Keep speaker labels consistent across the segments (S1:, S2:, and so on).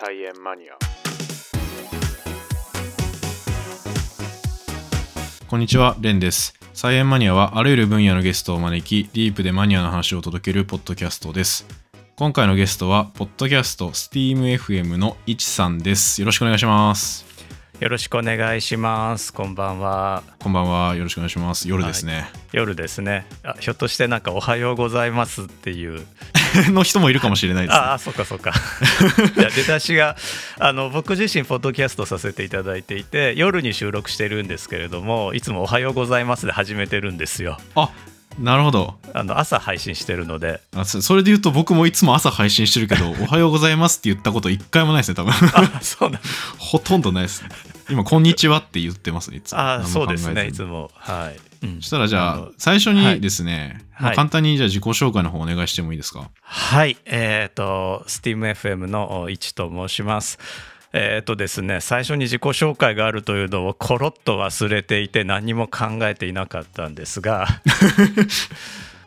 S1: 菜園マニア
S2: こんにちは、レンです。サイエンマニアはあらゆる分野のゲストを招き、ディープでマニアの話を届けるポッドキャストです。今回のゲストは、ポッドキャスト SteamFM のいちさんです。よろしくお願いします。
S3: よろしくお願いします。こんばんは。
S2: こんばんは、よろしくお願いします。夜ですね。
S3: 夜ですね。あ、ひょっとしてなんかおはようございますっていう。
S2: の人もいるかもしれないです、ね
S3: あ。あ、そっかそっか。 いや出だしがあの僕自身ポッドキャストさせていただいていて、夜に収録してるんですけれども、いつもおはようございますで始めてるんですよ。
S2: あなるほど
S3: あの朝配信してるので。
S2: あ。そそれで言うと、僕もいつも朝配信してるけ ど、おはようございますって言ったこと一回もないですね、多分。
S3: あ、そうなん。
S2: ほとんどないですね。今、こんにちはって言ってますね、いつも。
S3: あ、
S2: 何も
S3: そうです
S2: 考えず
S3: ね。
S2: に
S3: いつもはい。うん
S2: そしたらじゃ
S3: あ
S2: あ
S3: の
S2: 最初にですね、
S3: はい
S2: まあ
S3: はい
S2: 簡単にじゃあ自己紹介の方お願いしてもいいですか、
S3: はい、えっ、と、SteamFM のおいちと申します。えっ、とですね、最初に自己紹介があるというのをコロッと忘れていて何も考えていなかったんですが。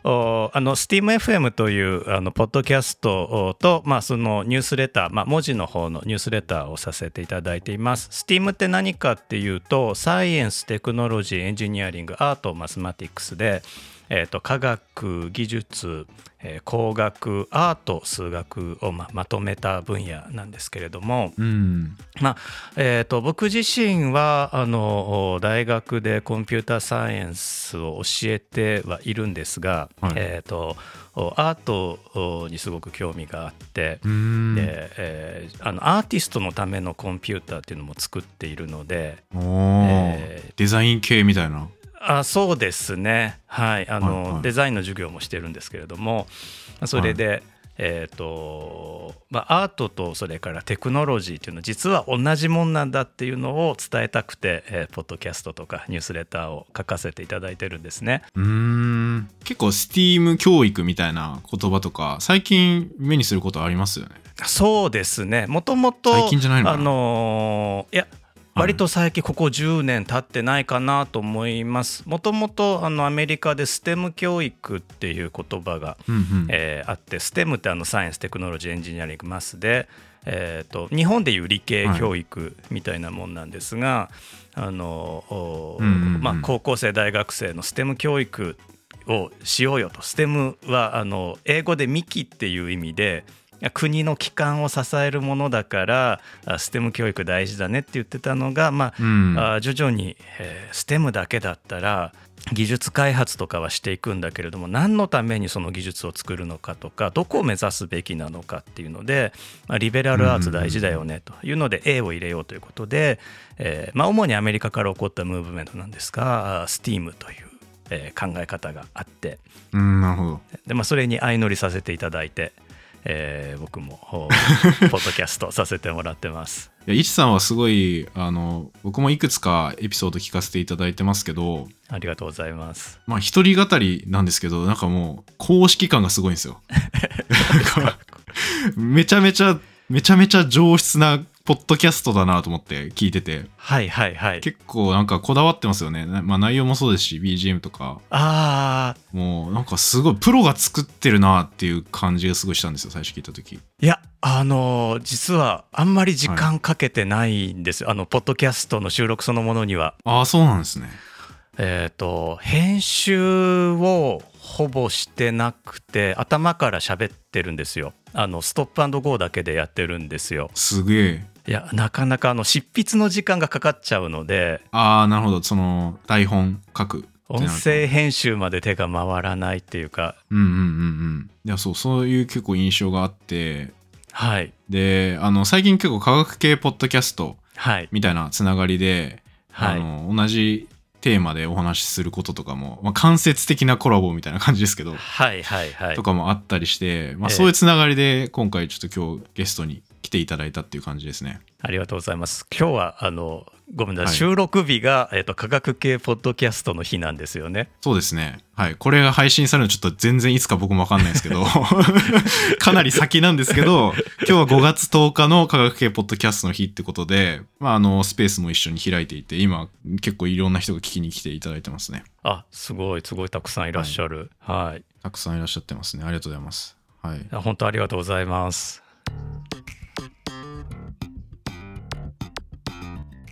S3: おあの SteamFM というあのポッドキャストと、まあ、そのニュースレター、まあ、文字の方のニュースレターをさせていただいています。STEAM って何かっていうとサイエンステクノロジーエンジニアリングアートマスマティックスで、えー、と科学技術、えー工学アート数学を、まあ、まとめた分野なんですけれども。
S2: うん
S3: まあえー、と僕自身はあの大学でコンピューターサイエンスを教えてはいるんですが、
S2: はい
S3: えー、とアートにすごく興味があって、
S2: うーん
S3: でえーあのアーティストのためのコンピューターっていうのも作っているので、
S2: おー
S3: えー
S2: デザイン系みたいな
S3: あそうですねはいあの、
S2: はいはい
S3: デザインの授業もしてるんですけれどもそれで、えっ、とまあアートとそれからテクノロジーっていうのは実は同じもんなんだっていうのを伝えたくて、えーポッドキャストとかニュースレターを書かせていただいてるんですね。
S2: うーん結構 STEAM 教育みたいな言葉とか最近目にすることありますよね
S3: そうですねもともと
S2: 最近じゃないのか
S3: あ
S2: な
S3: のーいや
S2: はい
S3: 割と最近ここ10年経ってないかなと思います。もともとあのアメリカで STEM 教育っていう言葉が
S2: うんうん、
S3: えーあって STEM ってあのサイエンステクノロジーエンジニアリングマスで、えー、と日本でいう理系教育みたいなもんなんですが、あのお
S2: うんうんうん
S3: まあ、高校生大学生の STEM 教育をしようよと STEM はあの英語で幹っていう意味で国の機関を支えるものだからあ STEM 教育大事だねって言ってたのが、まあ、
S2: うん
S3: あー徐々に、えー、STEM だけだったら技術開発とかはしていくんだけれども何のためにその技術を作るのかとかどこを目指すべきなのかっていうので、まあ、リベラルアーツ大事だよねというので A を入れようということで、えーまあ、主にアメリカから起こったムーブメントなんですがあー STEAM という、えー考え方があって
S2: うんなるほど
S3: で、まあ、それに相乗りさせていただいて、えー僕もおポ ッドキャストさせてもらってます。
S2: いやいちさんはすごいあの僕もいくつかエピソード聞かせていただいてますけど
S3: ありがとうござい ます。
S2: まあ一人語りなんですけどなんかもう公式感がすごいんですよなんかめちゃめちゃめちゃめちゃ上質なポッドキャストだなと思って聞いてて
S3: はいはいはい。
S2: 結構なんかこだわってますよね、なまあ、内容もそうですし BGM とか
S3: ああ
S2: もうなんかすごいプロが作ってるなっていう感じがすごいしたんですよ最初聞いた時
S3: いやあのー実はあんまり時間かけてないんですよ、あのポッドキャストの収録そのものには
S2: ああそうなんですね
S3: えっ、と編集をほぼしてなくて頭から喋ってるんですよあのストップゴーだけでやってるんですよ
S2: すげえ
S3: いやなかなかあの執筆の時間がかかっちゃうので
S2: ああなるほどその台本書くってなると
S3: 音声編集まで手が回らないっていうか
S2: うんうんうんうんいやそうそういう結構印象があって
S3: はい
S2: であの最近結構科学系ポッドキャスト
S3: はい
S2: みたいなつながりで、
S3: は
S2: あ
S3: い
S2: の同じテーマでお話しすることとかも、まあ、間接的なコラボみたいな感じですけど、
S3: はいはいはい
S2: とかもあったりして、まあ、
S3: ええ
S2: そういうつながりで今回ちょっと今日ゲストに来ていただいたっていう感じですね。
S3: ありがとうございます。今日はあのごめんなさい、
S2: はい
S3: 収録日が、えっと科学系ポッドキャストの日なんですよね。
S2: そうですね。はい。これが配信されるのちょっと全然いつか僕もわかんないですけど、 かなり先なんですけど、今日は5月10日の科学系ポッドキャストの日ってことで、まあ、あの、スペースも一緒に開いていて、今結構いろんな人が聞きに来ていただいてますね。
S3: あすごいすごいたくさんいらっしゃる。はい、
S2: たくさんいらっしゃってますね。ありがとうございます。はい。
S3: あ本当ありがとうございます。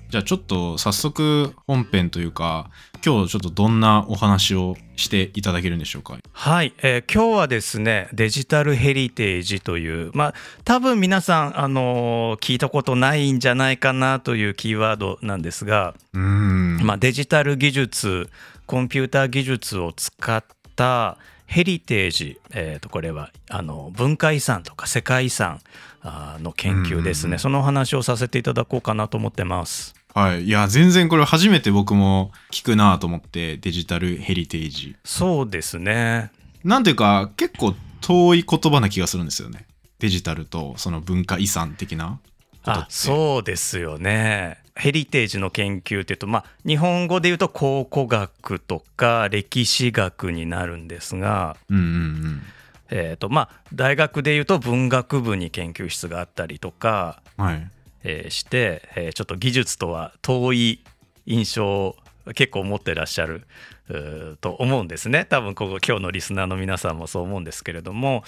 S2: じゃあちょっと早速本編というか今日ちょっとどんなお話をしていただけるんでしょうか
S3: はい、えー今日はですねデジタルヘリテージというまあ多分皆さんあのー聞いたことないんじゃないかなというキーワードなんですが、
S2: うーん
S3: まあ、デジタル技術コンピューター技術を使ったヘリテージ、えー、とこれはあの文化遺産とか世界遺産あーの研究です
S2: うんうんう
S3: ね
S2: ん
S3: そのお話をさせていただこうかなと思ってます。
S2: はいいや全然これ初めて僕も聞くなと思ってデジタルヘリテージ
S3: そうですね
S2: なんていうか結構遠い言葉な気がするんですよねデジタルとその文化遺産的なことっ
S3: あ
S2: て
S3: そうですよね。ヘリテージの研究っていうと、まあ、日本語で言うと考古学とか歴史学になるんですが、
S2: うんうんうん
S3: えーとまあ、大学で言うと文学部に研究室があったりとか、
S2: はい
S3: えーして、えーちょっと技術とは遠い印象を結構持ってらっしゃるうーと思うんですね多分ここ今日のリスナーの皆さんもそう思うんですけれども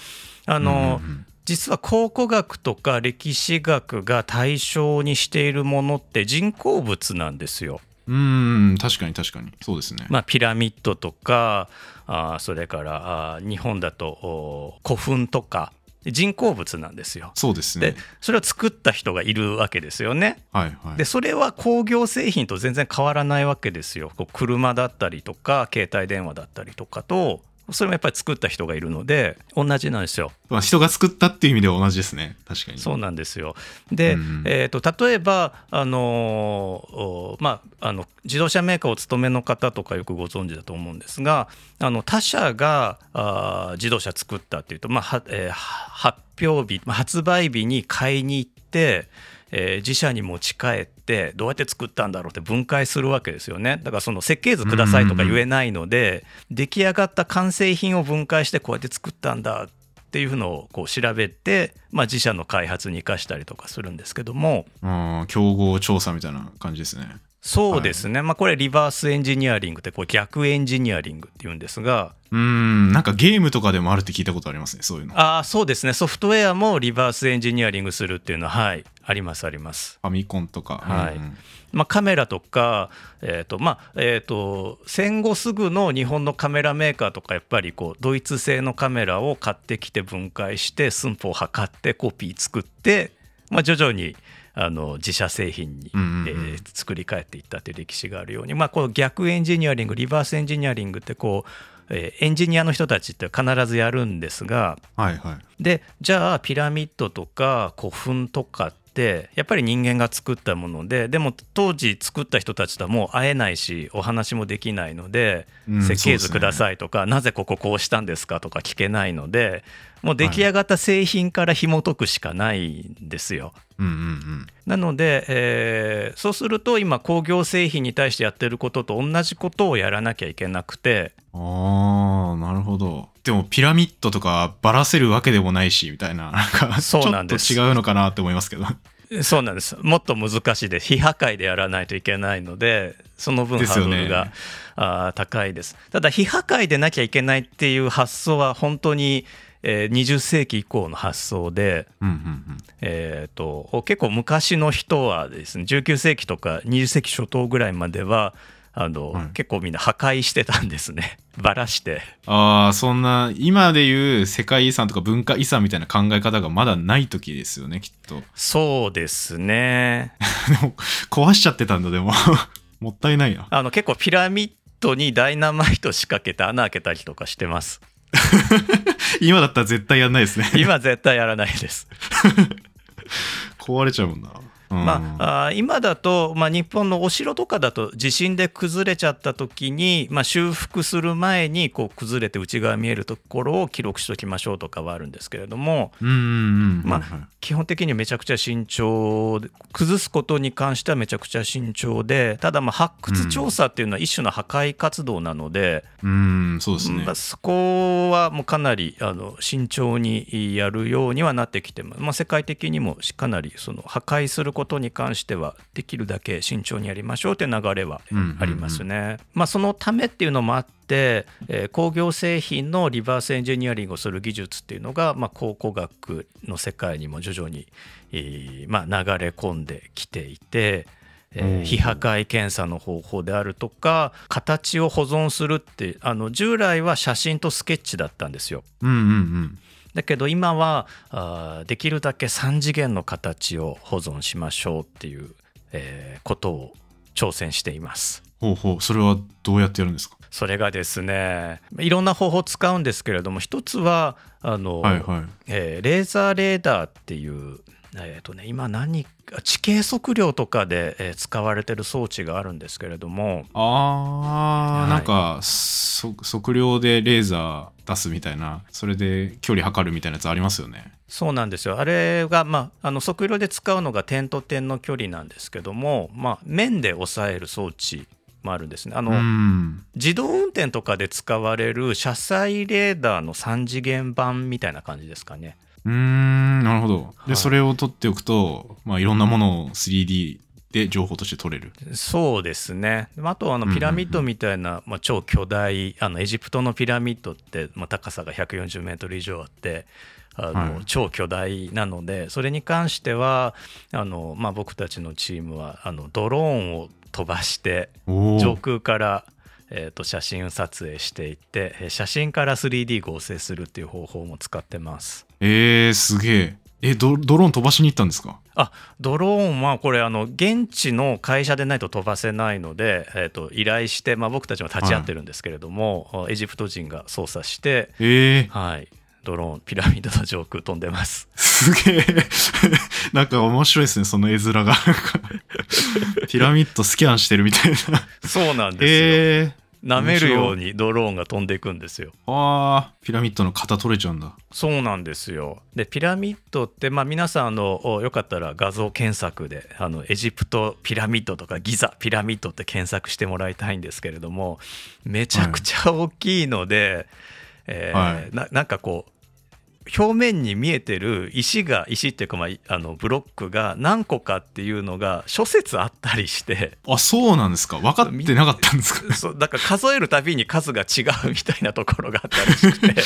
S3: あ
S2: あ
S3: の、実は考古学とか歴史学が対象にしているものって人工物なんですよ。
S2: うんうんうん確かに確かにそうですね、
S3: まあ、ピラミッドとかあーそれからあー日本だとお古墳とか人工物なんですよ。
S2: そうですね
S3: でそれを作った人がいるわけですよね。
S2: はいはい
S3: でそれは工業製品と全然変わらないわけですよ。こう車だったりとか携帯電話だったりとかとそれもやっぱり作った人がいるので同じなんですよ。
S2: まあ、人が作ったっていう意味では同じですね確かに
S3: そうなんですよで、
S2: うん
S3: えー、と例えば、あのーおまあ、あの自動車メーカーをお勤めの方とかよくご存知だと思うんですがあの他社があー自動車作ったっていうと、まあはえーは発表日まあ発売日に買いに行って、えー自社に持ち帰ってどうやって作ったんだろうって分解するわけですよねだからその設計図くださいとか言えないので、出来上がった完成品を分解してこうやって作ったんだっていうのをこう調べて、まあ、自社の開発に生かしたりとかするんですけども
S2: あー競合調査みたいな感じですね
S3: そうですね、まあ、これリバースエンジニアリングってこう逆エンジニアリングっていうんですが
S2: うーんなんかゲームとかでもあるって聞いたことありますねそういうのフ
S3: ああそうですねソフトウェアもリバースエンジニアリングするっていうのははいありますあります。
S2: ァミコンとか
S3: はい
S2: うんうん
S3: まあ、カメラとか、えーとまあえー、と戦後すぐの日本のカメラメーカーとかやっぱりこうドイツ製のカメラを買ってきて分解して寸法を測ってコピー作って、まあ、徐々にあの自社製品に、
S2: うんうんうん
S3: えー作り変えていったという歴史があるように、まあ、この逆エンジニアリングリバースエンジニアリングってこう、えーエンジニアの人たちって必ずやるんですが
S2: はいはい
S3: でじゃあピラミッドとか古墳とかってやっぱり人間が作ったものででも当時作った人たちとはもう会えないしお話もできないので、
S2: うん
S3: 設計
S2: そうです
S3: 図
S2: ね
S3: くださいとか、なぜこここうしたんですかとか聞けないのでもう出来上がった製品から紐解くしかないんですよ。
S2: うんうんうん
S3: なので、えーそうすると今工業製品に対してやってることと同じことをやらなきゃいけなくて
S2: あーなるほどでもピラミッドとかばらせるわけでもないしみたいな なんかちょ
S3: そうな
S2: っ
S3: ん
S2: と
S3: です
S2: 違うのかなって思いますけど
S3: そうなんですもっと難しいです非破壊でやらないといけないのでその分
S2: で
S3: ハ
S2: すよ
S3: ード
S2: ね
S3: ルが、あー高いですただ非破壊でなきゃいけないっていう発想は本当に、えー20世紀以降の発想で、
S2: うんうん
S3: えー、と結構昔の人はですね19世紀とか20世紀初頭ぐらいまではあの、
S2: はい
S3: 結構みんな破壊してたんですね ばらして。
S2: うんああそんな今でいう世界遺産とか文化遺産みたいな考え方がまだない時ですよねきっと
S3: そうですね
S2: でも壊しちゃってたんだでも もったいないな
S3: あの結構ピラミッドにダイナマイト仕掛けて穴開けたりとかしてます。
S2: 今だったら絶対やんないですね
S3: 今絶対やらないです。
S2: 壊れちゃうもんな、うん
S3: まあ、あー今だと、まあ、日本のお城とかだと地震で崩れちゃった時に、まあ、修復する前にこう崩れて内側見えるところを記録しておきましょうとかはあるんですけれども
S2: うんうんうん
S3: まあ
S2: はいはい
S3: 基本的にめちゃくちゃ慎重で崩すことに関してはめちゃくちゃ慎重でただまあ発掘調査っていうのは一種の破壊活動なので、
S2: うんそうですね
S3: まあ、そこはもうかなりあの慎重にやるようにはなってきてます、まあ、世界的にもかなりその破壊することに関してはできるだけ慎重にやりましょうという流れは
S2: うんうんうん
S3: ありますね。まあ、そのためっていうのもあって、えー工業製品のリバースエンジニアリングをする技術っていうのが、まあ、考古学の世界にも徐々に、えーまあ、流れ込んできていて。えー
S2: おー
S3: 非破壊検査の方法であるとか形を保存するってあの従来は写真とスケッチだったんですよ。
S2: うんうん
S3: だけど今はあーできるだけ3次元の形を保存しましょうっていう、えーことを挑戦しています。
S2: うん。ほうほう。それはどうやってやるんですか
S3: それがですねいろんな方法を使うんですけれども一つはあの、
S2: はいはい。
S3: えーレーザーレーダーっていう、えーとね、今何か地形測量とかで、えー使われてる装置があるんですけれども
S2: あー、
S3: はい
S2: なんかそ測量でレーザー出すみたいなそれで距離測るみたいなやつありますよね
S3: そうなんですよあれが、まあ、あの測量で使うのが点と点の距離なんですけども、まあ、面で抑える装置もあるんですねあの、
S2: うん
S3: 自動運転とかで使われる車載レーダーの3次元版みたいな感じですかね。
S2: うーんなるほどで、
S3: はい
S2: それを取っておくと、まあ、いろんなものを 3D で情報として取れる
S3: そうですね。あとあ
S2: うんうんう
S3: の
S2: ん
S3: ピラミッドみたいな、まあ、超巨大あのエジプトのピラミッドって、まあ、高さが140メートル以上あってあの、
S2: はい
S3: 超巨大なのでそれに関してはあの、まあ、僕たちのチームはあのドローンを飛ばして
S2: お
S3: 上
S2: お
S3: 空から、えー、と写真撮影していってえー写真から 3D 合成するっていう方法も使ってます。
S2: えー、すげええドドローン飛ばしに行ったんですか
S3: あドローンはこれあの現地の会社でないと飛ばせないので、えー、と依頼して、まあ、僕たちも立ち会ってるんですけれども、エジプト人が操作して、
S2: えー、
S3: はい、ドローンピラミッドの上空飛んでます。
S2: すげえ なんか面白いですねその絵面が ピラミッドスキャンしてるみたいな
S3: そうなんです
S2: え
S3: よ。舐めるようにドローンが飛んでいくんですよ。
S2: ー、あーピラミッドの型取れちゃうんだ
S3: そうなんですよでピラミッドって、まあ、皆さんあのおよかったら画像検索であのエジプトピラミッドとかギザピラミッドって検索してもらいたいんですけれどもめちゃくちゃ大きいので、えー
S2: はい
S3: ななんかこう表面に見えてる石が石っていうか、まあい、あのブロックが何個かっていうのが諸説あったりして。
S2: あそうなんですか分かってなかったんですか
S3: そうだから数えるたびに数が違うみたいなところがあったら しくて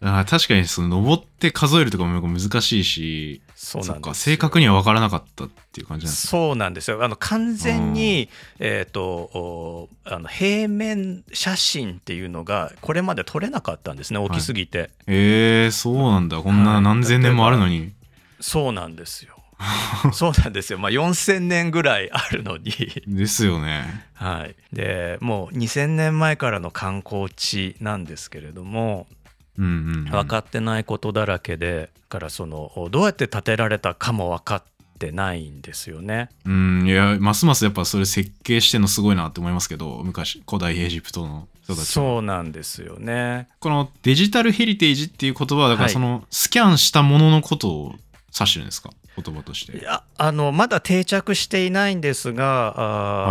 S2: あー確かにその登って数えるとかも難しいし
S3: そう
S2: そ
S3: な
S2: っ
S3: んで
S2: か
S3: すよ
S2: 正確には分からなかったっていう感じなんですね
S3: そうなんですよあの完全に、えー、とおあの平面写真っていうのがこれまで撮れなかったんですね大きすぎて、
S2: えー、そうなんだこんな
S3: は
S2: い何千年もあるのに、
S3: そうなんです よそうなんですよ、まあ、4000年ぐらいある のに、
S2: ですよね
S3: はい、でもう2000年前からの観光地なんですけれども
S2: うんうん、うん、
S3: 分かってないことだらけでだからそのおどうやって建てられたかも分かってないんですよね。
S2: うんいやますますやっぱそれ設計してんのすごいなって思いますけど昔古代エジプトの人たち
S3: そうなんですよね。
S2: このデジタルヘリテージっていう言葉はだか
S3: は
S2: ら
S3: い
S2: そのスキャンしたもののことを指してるんですか言葉とし
S3: い
S2: て
S3: やあのまだ定着していないんですが、あ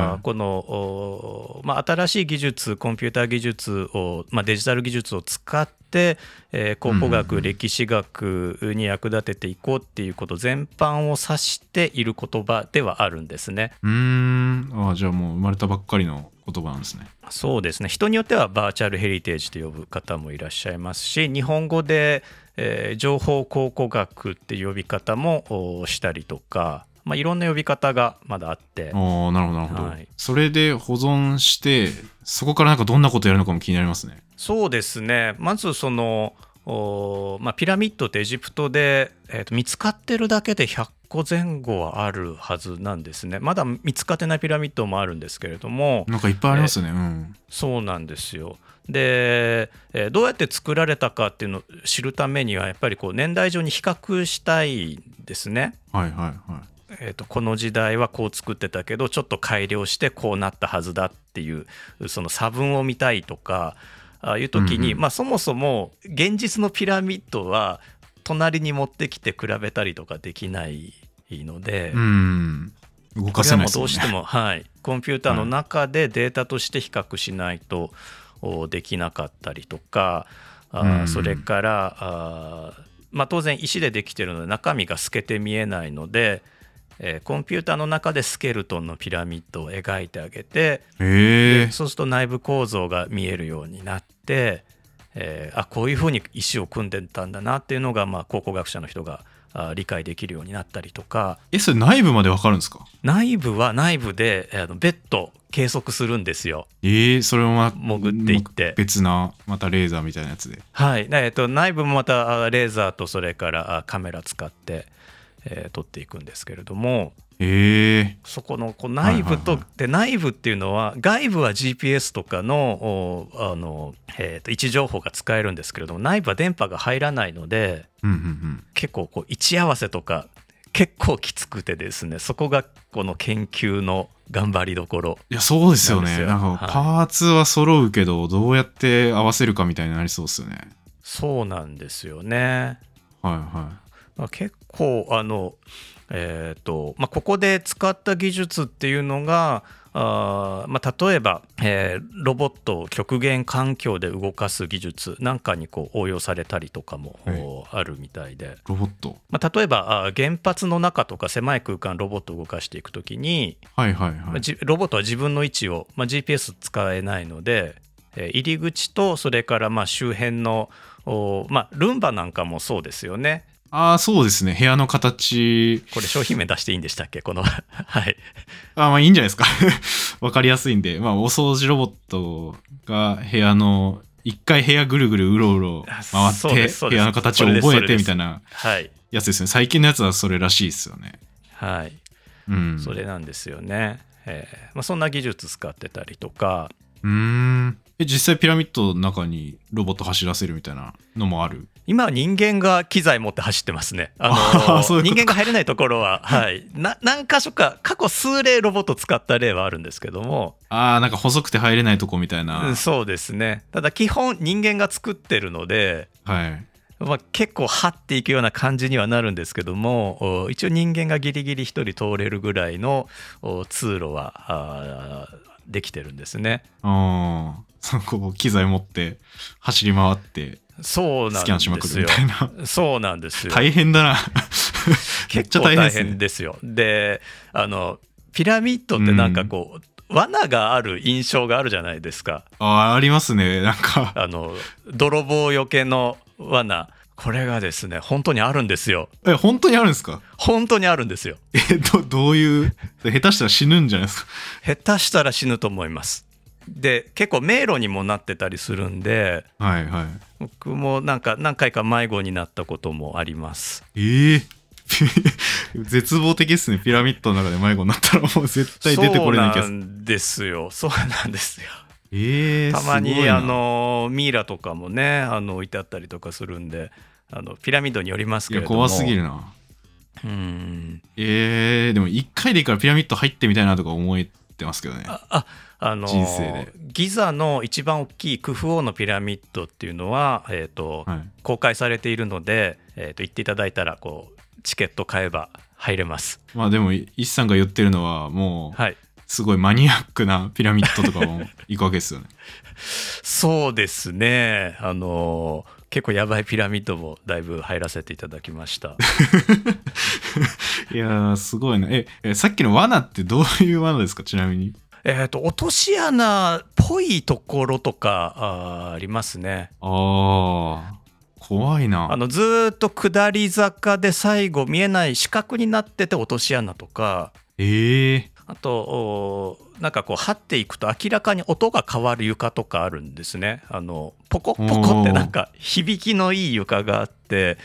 S3: ー
S2: はい
S3: この、おまあ、新しい技術コンピューター技術を、まあ、デジタル技術を使って、えー考古学、
S2: うんうんうん
S3: 歴史学に役立てていこうっていうこと全般を指している言葉ではあるんですね。
S2: うーんあーじゃあもう生まれたばっかりの言葉なんですね
S3: そうですね人によってはバーチャルヘリテージと呼ぶ方もいらっしゃいますし日本語で、えー情報考古学って呼び方もおしたりとか、まあ、いろんな呼び方がまだあって。
S2: ああなるほどなるほど、
S3: はい
S2: それで保存してそこからなんかどんなことやるのかも気になりますね
S3: そうですねまずその、おーまあ、ピラミッドってエジプトで、えーと見つかってるだけで100個前後はあるはずなんですねまだ見つかってないピラミッドもあるんですけれども
S2: なんかいっぱいありますよねうん
S3: そうなんですよで、えーどうやって作られたかっていうのを知るためにはやっぱりこう年代上に比較したいですね。
S2: はいはいはい
S3: えー、とこの時代はこう作ってたけどちょっと改良してこうなったはずだっていうその差分を見たいとかあいう時に、
S2: うんうん
S3: まあ、そもそも現実のピラミッドは隣に持ってきて比べたりとかできないので、
S2: うん動か
S3: これは
S2: せない
S3: もう
S2: です
S3: ど
S2: よ
S3: うして
S2: ね
S3: も、はい、コンピューターの中でデータとして比較しないとおできなかったりとかあー
S2: うん
S3: それからあー、まあ、当然石でできてるので中身が透けて見えないので、えーコンピューターの中でスケルトンのピラミッドを描いてあげて、
S2: へえ
S3: そうすると内部構造が見えるようになって、えーあこういうふうに石を組んでたんだなっていうのが、まあ、考古学者の人があ理解できるようになったりとか
S2: え、それ内部までわかるんですか
S3: 内部は内部であの別途計測するんですよ。
S2: えー、それもま
S3: 潜っていって
S2: 別な、またレーザーみたいなやつで。
S3: はい、でえっと、内部もまたあレーザーとそれからあカメラ使って、えー撮っていくんですけれども
S2: ええ
S3: そこのこう内部と、
S2: はいはいは
S3: で内部っていうのは外部は GPS とかのおあの、えーと位置情報が使えるんですけれども内部は電波が入らないので
S2: うんうんうん。
S3: 結構こう位置合わせとか結構きつくてですねそこがこの研究の頑張りどころ。
S2: いや、そうですよね。
S3: なんですよ
S2: なん
S3: はい
S2: か、パーツは揃うけど、どうやって合わせるかみたいになりそうですよね。
S3: そうなんですよね
S2: はいは
S3: まあ、結構あの、えーとまあ、ここで使った技術っていうのがあー、まあ、例えば、えーロボットを極限環境で動かす技術なんかにこう応用されたりとかも、
S2: はい
S3: おあるみたいで、
S2: い。ロボット。
S3: まあ、例えばあー原発の中とか狭い空間ロボットを動かしていくときに、
S2: はいはいはい。
S3: まあじロボットは自分の位置を、まあ、GPS 使えないので、えー入り口とそれからまあ周辺のお、まあ、ルンバなんかもそうですよね
S2: ああ、そうですね。部屋の形。
S3: これ商品名出していいんでしたっけこの はい
S2: あーまあいいんじゃないですか。 わかりやすいんで。まあ、お掃除ロボットが部屋の、一回部屋ぐるぐるうろうろ
S3: あそう
S2: 回
S3: で
S2: っ
S3: すそ
S2: て、部
S3: うです
S2: 屋の形を
S3: そ
S2: 覚
S3: れ
S2: え
S3: で
S2: て
S3: す
S2: みたいな
S3: はい
S2: やつですね。最近のやつはそれらしいですよね。
S3: はい、
S2: うん。
S3: それなんですよね、えーまあ、そんな技術使ってたりとか
S2: うーん。え、実際ピラミッドの中にロボット走らせるみたいなのもある。
S3: 今は人間が機材持って走ってますね。あのー
S2: あそういうこ
S3: 人
S2: と
S3: 間が入れないところ は、はい、な何箇所か過去数例ロボット使った例はあるんですけども、
S2: ああ、なんか細くて入れないとこみたい
S3: うん
S2: な。
S3: そうですねただ基本人間が作ってるので、
S2: はい。
S3: まあ、結構張っていくような感じにはなるんですけどもお一応人間がギリギリ1人通れるぐらいのお通路はあーできてるんですね。
S2: ああ。そ こ機材持って走り回って
S3: そうな
S2: ス
S3: ん
S2: キャンしま
S3: で
S2: く
S3: す
S2: るみ
S3: よ。
S2: たいな。
S3: そうなんですよ。
S2: 大変だ な。めっち
S3: 結
S2: ゃ
S3: 構
S2: 大変で
S3: 大
S2: すね
S3: 変。ですよ。であのピラミッドってなんかこう、罠がある印象があるじゃないですか。
S2: あーありますね。なんか、
S3: あの泥棒よけの罠これがですね本当にあるんですよ。
S2: え、本当にあるんですか
S3: 本当にあるんですよ。
S2: え、ど、どういう、下手したら死ぬんじゃないですか。
S3: 下手したら死ぬと思いますで結構迷路にもなってたりするんで
S2: はいはい。
S3: 僕もなんか何回か迷子になったこともあります
S2: ええ 絶望的ですね。ピラミッドの中で迷子になったらもう絶対出てこれない気が
S3: そ
S2: す
S3: う
S2: る。
S3: なんですよそうなんですよ
S2: ええ
S3: たます
S2: ごい
S3: に
S2: な
S3: あのミイラとかもねあの置いてあったりとかするんであのピラミッドによります
S2: い
S3: けれ
S2: や、
S3: ども
S2: 怖すぎるな。
S3: うん
S2: ええでも一回でいいからピラミッド入ってみたいなとか思ってますけどね。
S3: あああの
S2: 人生で
S3: ギザの一番大きいクフ王のピラミッドっていうのは、えーと
S2: はい。
S3: 公開されているので、えー、と行っていただいたらこうチケット買えば入れます。
S2: まあでも、一さんが言ってるのは、もう、
S3: はい、
S2: すごいマニアックなピラミッドとかも行くわけですよね。
S3: そうですね、あのー結構やばいピラミッドもだいぶ入らせていただきました。
S2: いやー、すごいな。え、えさっきの罠ってどういう罠ですかちなみに。
S3: えっと落とし穴っぽいところとかあーありますね。
S2: あー、怖いな。
S3: あのずーっと下り坂で最後見えない四角になってて落とし穴とか
S2: ええ
S3: あとおーなんかこう張っていくと明らかに音が変わる床とかあるんですねあのポコッポコってなんか響きのいい床があって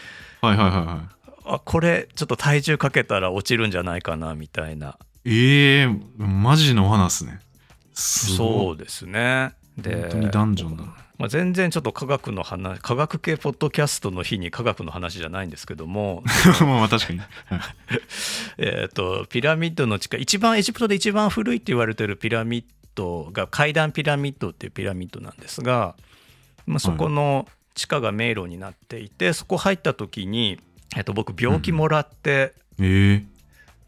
S2: はいはいはいはい。
S3: あこれちょっと体重かけたら落ちるんじゃないかなみたいな
S2: ええマジの罠っすね。す
S3: そ
S2: ご
S3: うですね
S2: い。
S3: で
S2: 本当にダンジョン だ。
S3: まあ、全然ちょっと科学の話科学系ポッドキャストの日に科学の話じゃないんですけども
S2: まあまあ確かに。はい
S3: えーとピラミッドの地下一番エジプトで一番古いって言われてるピラミッドが階段ピラミッドっていうピラミッドなんですが、まあ、そこの地下が迷路になっていてそこ入った時に、えー、と僕病気もらって
S2: ええ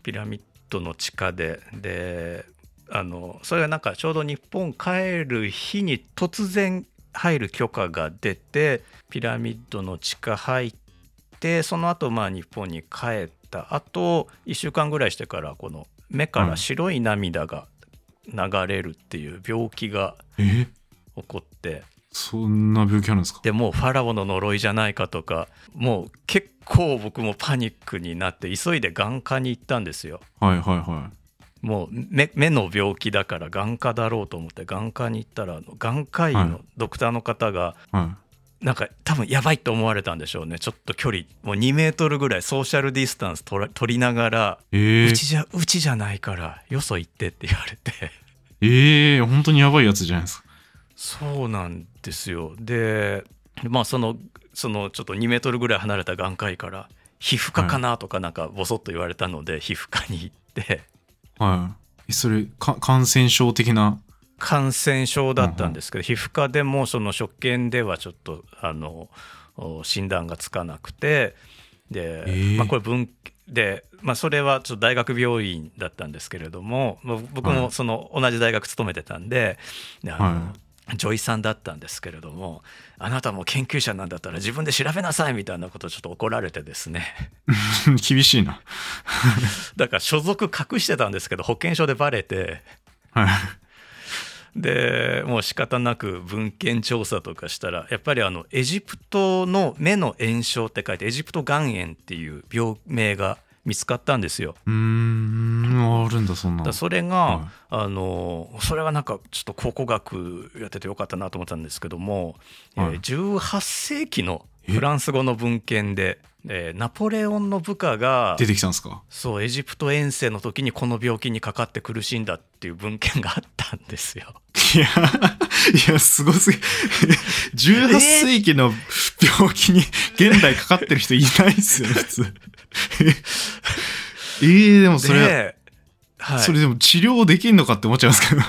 S3: ピラミッドの地下でであのそれがなんかちょうど日本帰る日に突然入る許可が出てピラミッドの地下入ってその後まあ日本に帰ったあと1週間ぐらいしてからこの目から白い涙が流れるっていう病気が
S2: ええ
S3: 起こって、
S2: そんな病気あるんですか
S3: でもうファラオの呪いじゃないかとかもう結構僕もパニックになって急いで眼科に行ったんですよ
S2: はいはいは
S3: もう目目の病気だから眼科だろうと思って眼科に行ったらあの眼科医
S2: はい
S3: のドクターの方が
S2: い。は
S3: なんか多分やばいと思われたんでしょうねちょっと距離もう2メートルぐらいソーシャルディスタンス取ら取りながら
S2: い、え
S3: う
S2: ー
S3: ち、じゃうちじゃないからよそ行ってって言われて
S2: えー、本当にやばいやつじゃないですか。
S3: そうなんですよでまあそのそのちょっと2メートルぐらい離れた眼科医から皮膚科かなとかなんかボソッと言われたので皮膚科に行って
S2: はい。えそれか、感染症的な。
S3: 感染症だったんですけど皮膚科でもその職権ではちょっとあのお診断がつかなくてで、
S2: ー
S3: まあ、これ文で、まあ、それはちょっと大学病院だったんですけれども、まあ、僕
S2: は
S3: も
S2: い
S3: その同じ大学勤めてたんで。であの
S2: は
S3: 女医さんだったんですけれどもあなたも研究者なんだったら自分で調べなさいみたいなことをちょっと怒られてですね
S2: 厳しいな。
S3: だから所属隠してたんですけど保険証でバレて
S2: はい。
S3: でもう仕方なく文献調査とかしたらやっぱりあのエジプトの目の炎症って書いてエジプト眼炎っていう病名が見つかったんですよ。
S2: うーん、あるんだ、そんなの。
S3: だからそれが、
S2: はい
S3: あのそれはなんかちょっと考古学やっててよかったなと思ったんですけども、
S2: はい
S3: えー18世紀のフランス語の文献で、えーナポレオンの部下が
S2: 出てきたんですか
S3: そうエジプト遠征の時にこの病気にかかって苦しんだっていう文献があったんですよ。
S2: いや、いや、すごすぎ。18世紀の病気に 現代かかってる人いないですよね、普通。 えー、でもそれ、
S3: ではい、
S2: それでも治療できんのかって思っちゃいます けど。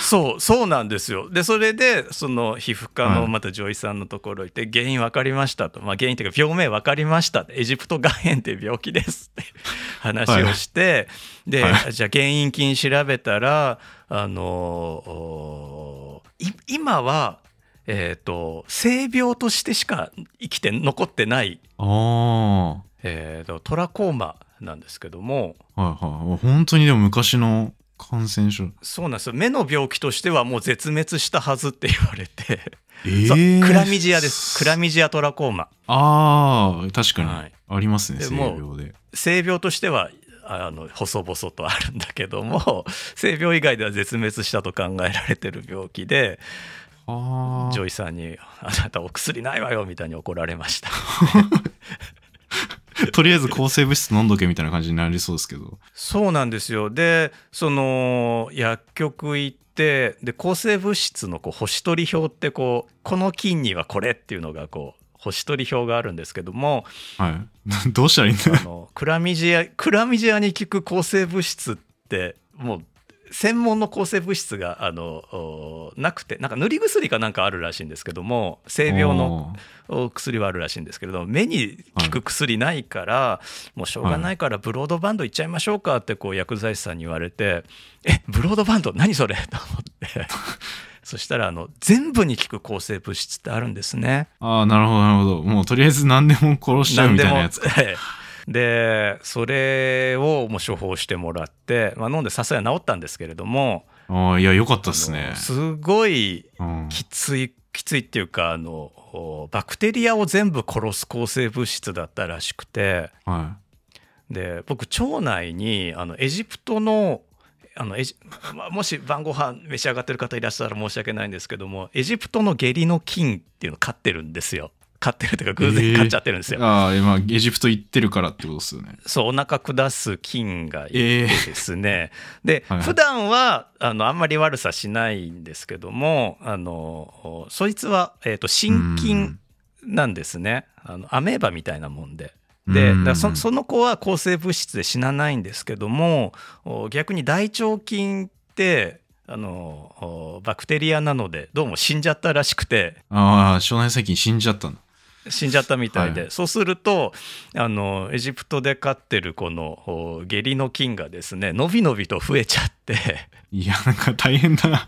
S3: そうそうなんですよでそれでその皮膚科
S2: は
S3: の
S2: い
S3: また女医さんのところ行って「原因分かりました」と「まあ、原因というか病名分かりました」エジプト眼炎っていう病気です」って 話をして、で、
S2: は
S3: じゃあ原因菌調べたらあのおい今はえっ、と性病としてしか生きて残ってない、
S2: あ
S3: えーとトラコーマなんですけども
S2: あ、はいはい。本当にでも昔の感染症。
S3: そうなんですよ目の病気としてはもう絶滅したはずって言われて。
S2: え
S3: そう
S2: ー、
S3: クラミジアですクラ
S2: ミ
S3: ミジアトラコーマ
S2: ああ、確かに。
S3: はい
S2: ありますね、
S3: で
S2: 性
S3: もう
S2: 病で。
S3: 性病としてはあの細々とあるんだけども 性病以外では絶滅したと考えられてる病気で
S2: ああ
S3: ジョ。イさんに「あなたお薬ないわよ」みたいに怒られました
S2: とりあえず抗生物質飲んどけみたいな感じになりそうですけど。
S3: そうなんですよでその薬局行ってで抗生物質のこう星取り表ってこうこの菌にはこれっていうのがこう星取り表があるんですけども
S2: はい。 どうしたらいいんだ
S3: あのクラミジアクラミジアに効く抗生物質ってもう専門の抗生物質があのおなくてなんか塗り薬かなんかあるらしいんですけども性病の
S2: おー
S3: お薬はあるらしいんですけれども目に効く薬ないから、もうしょうがないからブロードバンド行っちゃいましょうかってこう薬剤師さんに言われて「えブロードバンド何それ?」と思 って。そしたらあの全部に効く抗生物質ってあるんですね。
S2: ああ、なるほど、なるほど。もうとりあえず何でも殺しちゃうみたいなやつか。
S3: 何でもでそれをもう処方してもらって、まあ、飲んでさすがに治ったんですけれども
S2: ああ、いや、よかったですね
S3: あの。すごい
S2: うん、
S3: きついきついっていうかあのおバクテリアを全部殺す抗生物質だったらしくて
S2: は
S3: で僕腸内にあのエジプトのあのエジまあもし晩ご飯召し上がってる方いらっしゃったら申し訳ないんですけどもエジプトの下痢の菌っていうのを飼ってるんですよ飼ってるっていうか偶然飼っちゃってるんです
S2: い。
S3: よ。
S2: ああ、今、エジプト行ってるからってことですよね。
S3: そうお腹下す菌がいて
S2: ええ
S3: で すね。で、
S2: はいはい
S3: 普段はあのあんまり悪さしないんですけども、あのそいつはえっ、と心筋なんですね。あのアメーバみたいなもんで。で
S2: うん
S3: だからそその子は抗生物質で死なないんですけどもお逆に大腸菌ってあのおバクテリアなのでどうも死んじゃったらしくて
S2: ああ、腸内細菌死んじゃったんだ。
S3: 死んじゃったみたいで、
S2: は
S3: そうするとあのエジプトで飼ってるこのお下痢の菌がですねのびのびと増えちゃって
S2: いや、なんか大変だ な。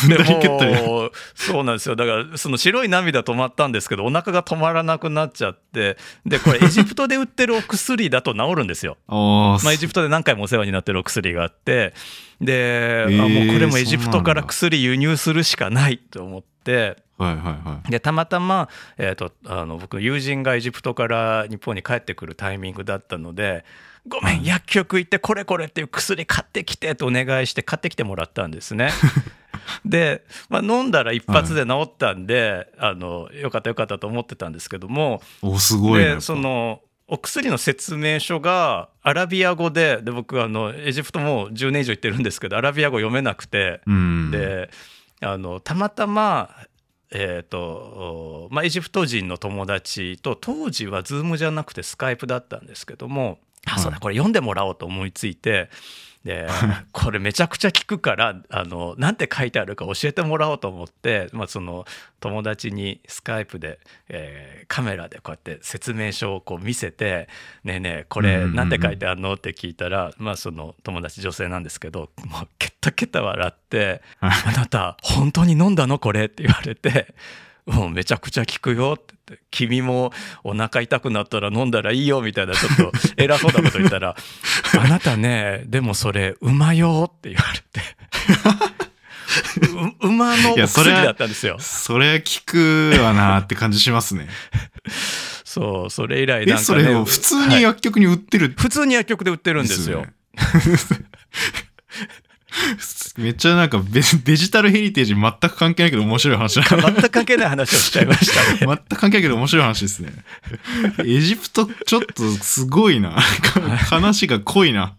S2: 踏 んだり蹴ったり。
S3: もうそうなんですよだからその白い涙止まったんですけどお腹が止まらなくなっちゃって でこれエジプトで売ってるお薬だと治るんですよ。
S2: ああ、
S3: まあ、エジプトで何回もお世話になってるお薬があってで、
S2: えー
S3: あもうこれもエジプ
S2: そうな
S3: ト
S2: ん
S3: か
S2: だ
S3: ら薬輸入するしかないと思って。
S2: はいはいはい。
S3: でたまたま、えー、とあの僕の友人がエジプトから日本に帰ってくるタイミングだったので「ごめん薬局行ってこれこれっていう薬買ってきて」とお願いして買ってきてもらったんです ね。で、まあ、飲んだら一発で治ったんで、あのよかったよかったと思ってたんですけども
S2: お、すごいね。やっ
S3: で
S2: ぱ
S3: そのお薬の説明書がアラビア語でで僕あのエジプトもう10年以上行ってるんですけどアラビア語読めなくて。
S2: うん。
S3: であのたまたま、えーとおまあ、エジプト人の友達と当時は Zoom じゃなくて Skype だったんですけども
S2: は
S3: あ
S2: い
S3: そうだこれ読んでもらおうと思いついて。 でこれめちゃくちゃ聞くからあのなんて書いてあるか教えてもらおうと思って、まあ、その友達にスカイプで、えーカメラでこうやって説明書をこう見せて「ねえねえこ
S2: うんうん
S3: れ
S2: うん
S3: なんて書いてあるの?」って聞いたら、まあ、その友達女性なんですけどもうケッタケタ笑って
S2: はい
S3: あなた、本当に飲んだのこれって言われて、もうめちゃくちゃ効くよって言って、君もお腹痛くなったら飲んだらいいよみたいな、ちょっと偉そうなこと言っ たら、あなたね、でもそれ、馬よって言わ れて。う馬のお
S2: いやそ
S3: 薬
S2: れは
S3: だったんですよ。
S2: それ聞くわなって感じします ね。
S3: そう、それ以来
S2: え、
S3: なん
S2: そ
S3: か、
S2: れ
S3: ね
S2: を、普通に薬局に売ってる
S3: 普通に薬局で売ってるんですよ。
S2: ですよね。 めっちゃなんかベデジタルヘリテージ全く関係ないけど面白い話 だ
S3: 全く関係ない話をしちゃいま した
S2: 全
S3: ね。
S2: く関係ないけど面白い話ですね。エジプトちょっとすごいな。話が濃い な。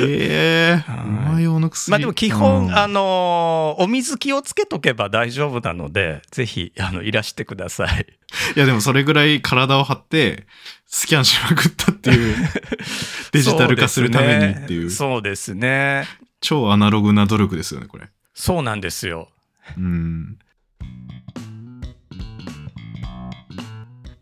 S2: ええ
S3: はい
S2: ー、馬用の薬。
S3: まあでも基本、
S2: うん
S3: あのお水気をつけとけば大丈夫なのでぜひあのいらしてください
S2: いやでもそれぐらい体を張ってスキャンしまくったって いう デジタル化するためにっていう
S3: そうですねそうですね
S2: 超アナログな努力ですよねこれ
S3: そうなんですよ
S2: うん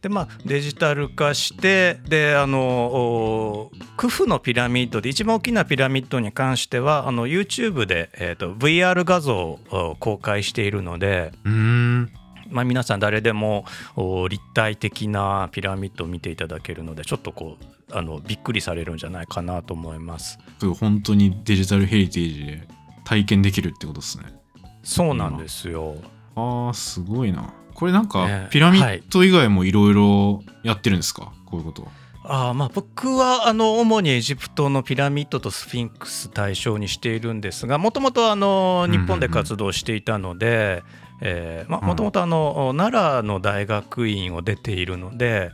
S3: でまあデジタル化してであのおクフのピラミッドで一番大きなピラミッドに関してはあの YouTube で、えー、と VR 画像をお公開しているので、
S2: うーん
S3: まあ、皆さん誰でもお立体的なピラミッドを見ていただけるのでちょっとこうあのびっくりされるんじゃないかなと思います。
S2: すごい本当にデジタルヘリテージで体験できるってことですね
S3: そうなんですよ。
S2: あーすごいなこれなん
S3: ね
S2: かピラミッド以外もいろいろやってるんですか、こういうこと
S3: あーまあ僕はあの主にエジプトのピラミッドとスフィンクス対象にしているんですがもともとあの
S2: うんうん
S3: 日
S2: うん
S3: 本で活動していたのでえーまあ
S2: うん
S3: もともとあの奈良の大学院を出ているので、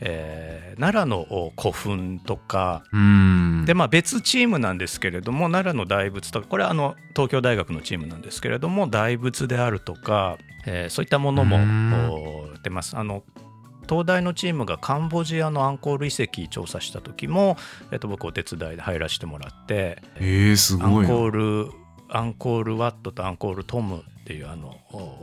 S3: えー奈良のお古墳とか
S2: うーん
S3: でまあ別チームなんですけれども奈良の大仏とかこれはあの東京大学のチームなんですけれども大仏であるとか、えーそういったものも
S2: うん
S3: おー出ます。あの東大のチームがカンボジアのアンコール遺跡調査した時も、えっと、僕お手伝いで入らせてもらって
S2: えー、す
S3: アン
S2: ごい
S3: コ
S2: な
S3: ールアンコールワットとアンコールトムっていうあの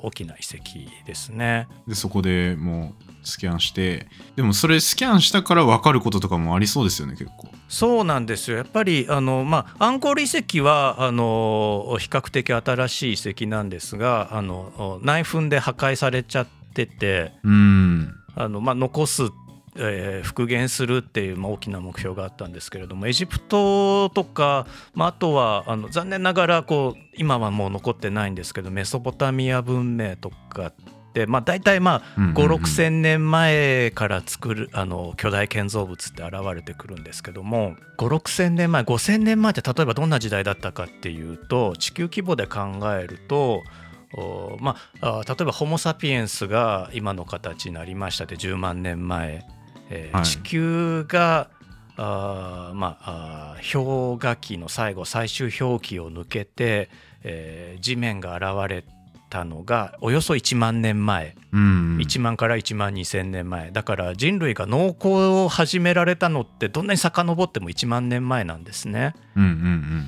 S3: お大きな遺跡ですね。
S2: でそこでもうスキャンしてでもそれスキャンしたから分かることとかもありそうですよね結構
S3: そうなんですよやっぱりあの、まあ、アンコール遺跡はあの比較的新しい遺跡なんですがあの内紛で破壊されちゃってて
S2: うーん
S3: あの、まあ、残す、えー復元するっていう、まあ、大きな目標があったんですけれどもエジプトとか、まあ、あとはあの残念ながらこう今はもう残ってないんですけどメソポタミア文明とかって、まあ、大体まあ
S2: うんうんうん
S3: 5 6千年前から作るあの巨大建造物って現れてくるんですけども5 6千年前5千年前って例えばどんな時代だったかっていうと地球規模で考えるとおまああ例えばホモ・サピエンスが今の形になりましたって10万年前、えー
S2: はい
S3: 地球があーまああー氷河期の最後最終氷期を抜けて、えー地面が現れたのがおよそ1万年前。
S2: うん
S3: 1万から1万2,000年前だから人類が農耕を始められたのってどんなに遡っても1万年前なんですね。
S2: うんうんう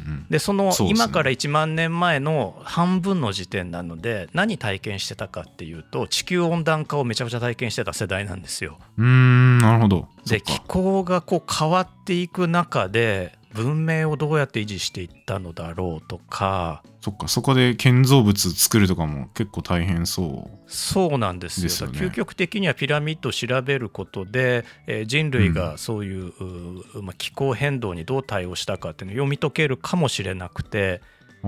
S2: ん
S3: でその
S2: そうですね
S3: 今から1万年前の半分の時点なので何体験してたかっていうと地球温暖化をめちゃくちゃ体験してた世代なんですよ。
S2: うんうーんなるほどそ
S3: で
S2: っ
S3: 気
S2: か
S3: 候がこう変わっていく中で文明をどうやって維持していったのだろうとか
S2: そっかそこで建造物作るとかも結構大変そう
S3: そうなんですよ
S2: ですよね
S3: だから究極的にはピラミッドを調べることで、えー人類がそういう,うー、まあ気候変動にどう対応したかっていうのを読み解けるかもしれなくて、
S2: あー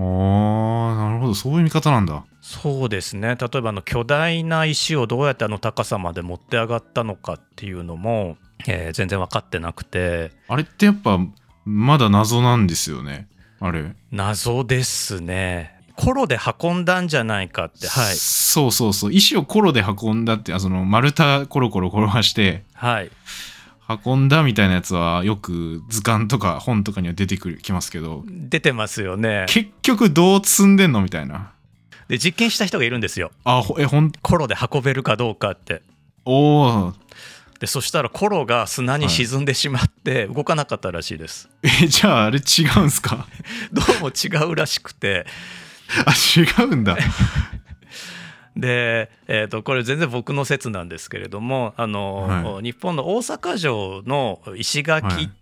S2: なるほどそういう見方なんだ
S3: そうですね例えばあの巨大な石をどうやってあの高さまで持って上がったのかっていうのも、えー全然分かってなくて
S2: あれってやっぱまだ謎なんですよねあれ
S3: 謎ですねコロで運んだんじゃないかってはい
S2: そうそうそう石をコロで運んだってあその丸太コロコロ転がして
S3: はい
S2: 運んだみたいなやつはよく図鑑とか本とかには出てくるきますけど
S3: 出てますよね
S2: 結局どう積んでんのみたいな
S3: で実験した人がいるんですよ
S2: あほえほん
S3: コロで運べるかどうかって
S2: おー
S3: でそしたらコロが砂に沈んでしまって動かなかったらしいです、
S2: えじゃああれ違うんすか
S3: どうも違うらしくて
S2: あ違うんだ
S3: で、えー、とこれ全然僕の説なんですけれどもあの、日本の大阪城の石垣って、えー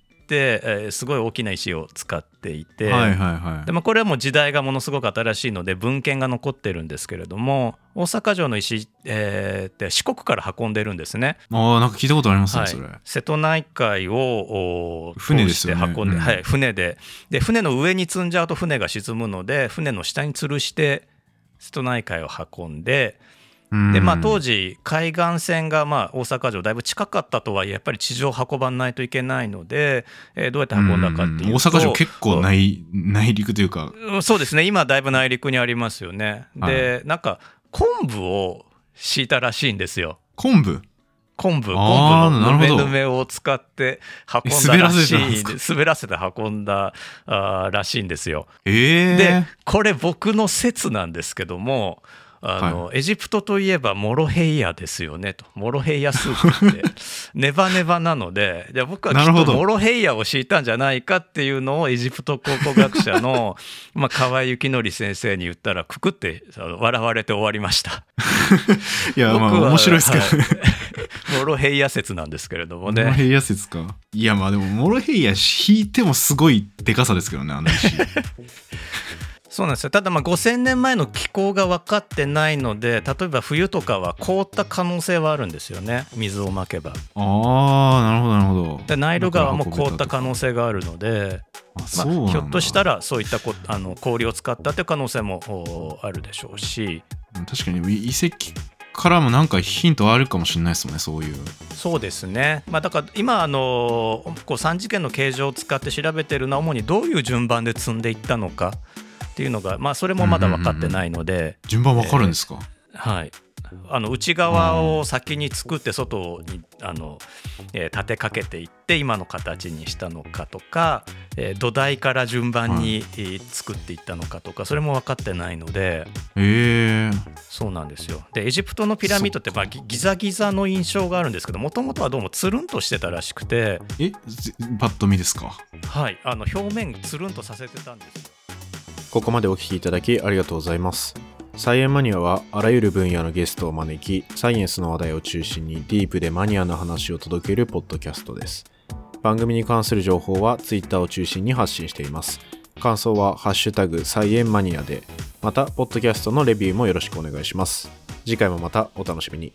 S3: すごい大きな石を使っていて、
S2: はいはいはい
S3: でまあ、これはもう時代がものすごく新しいので文献が残ってるんですけれども大阪城の石、えーって四国から運んでるんですね、
S2: あーなんか聞いたことありますね、
S3: はい
S2: それ
S3: 瀬戸内海をお
S2: 船
S3: 通
S2: で
S3: し
S2: す
S3: て
S2: よね
S3: 運んで、
S2: うん
S3: はい、船でで船の上に積んじゃうと船が沈むので船の下に吊るして瀬戸内海を運んでで、まあ、当
S2: 時
S3: 時海岸線がまあ大阪城だいぶ近かったとはいえやっぱり地上運ばないといけないので、えーどうやって運んだかっていうと
S2: 大阪城結構内内陸というか
S3: うんそうですね今だいぶ内陸にありますよねで、なんか昆布を敷いたらしいんですよ
S2: 昆布
S3: 昆布
S2: あー
S3: 昆布のぬ
S2: なる
S3: め
S2: ほど
S3: ぬめを使って運ん
S2: え
S3: だ
S2: 滑
S3: ら
S2: らせ
S3: して
S2: たんで
S3: い
S2: すか
S3: 滑らせて運んだあーらしいんですよ
S2: ええ
S3: でこれ僕の説なんですけどもあの、エジプトといえばモロヘイヤですよねとモロヘイヤスー プってネバネバなのでじゃあ僕はき
S2: なるほ
S3: っと
S2: ど
S3: モロヘイヤを敷いたんじゃないかっていうのをエジプト考古学 者のまあ河合幸則先生に言ったらくくってあの笑われて終わりました。
S2: いやま
S3: 僕は
S2: あ面白いですけどね、
S3: モロヘイヤ説なんですけれど
S2: モ
S3: も
S2: ロ
S3: ね。
S2: ヘイヤ説かいやまあでもモロヘイヤ引いてもすごいでかさですけどねあの 石
S3: そうなんですよただまあ5000年前の気候が分かってないので例えば冬とかは凍った可能性はあるんですよね水をまけば
S2: ああなるほどなるほど
S3: でナイル川も凍った可能
S2: 性
S3: 性があるので、まあ、ひょっとしたらそういったこあの氷を使ったという可能性もおあるでしょうし
S2: 確かに遺跡からもなんかヒントあるかもしれないですもんねそういう
S3: そうですね、まあ、だから今あのこう3次元の形状を使って調べてるのは主にどういう順番で積んでいったのかっていうのが、まあ、それもまだ分かってないので。
S2: 順番わかるんですか、
S3: はい、あの内側を先に作って外にあの、えー立てかけていって今の形にしたのかとか、えー土台から順番に、えー作っていったのかとかそれも分かってないので
S2: ええ
S3: そうなんですよでエジプトのピラミッドって、まあ、ギギザギザの印象があるんですけどもともとはどうもつるんとしてたらしくて、
S2: えぜパッと見ですか
S3: はい、あの表面つるんとさせてたんですよ。
S1: ここまでお聞きいただきありがとうございます。サイエンマニアはあらゆる分野のゲストを招き、サイエンスの話題を中心にディープでマニアな話を届けるポッドキャストです。番組に関する情報は Twitter を中心に発信しています。感想はハッシュタグサイエンマニアで、また、ポッドキャストのレビューもよろしくお願いします。次回もまたお楽しみに。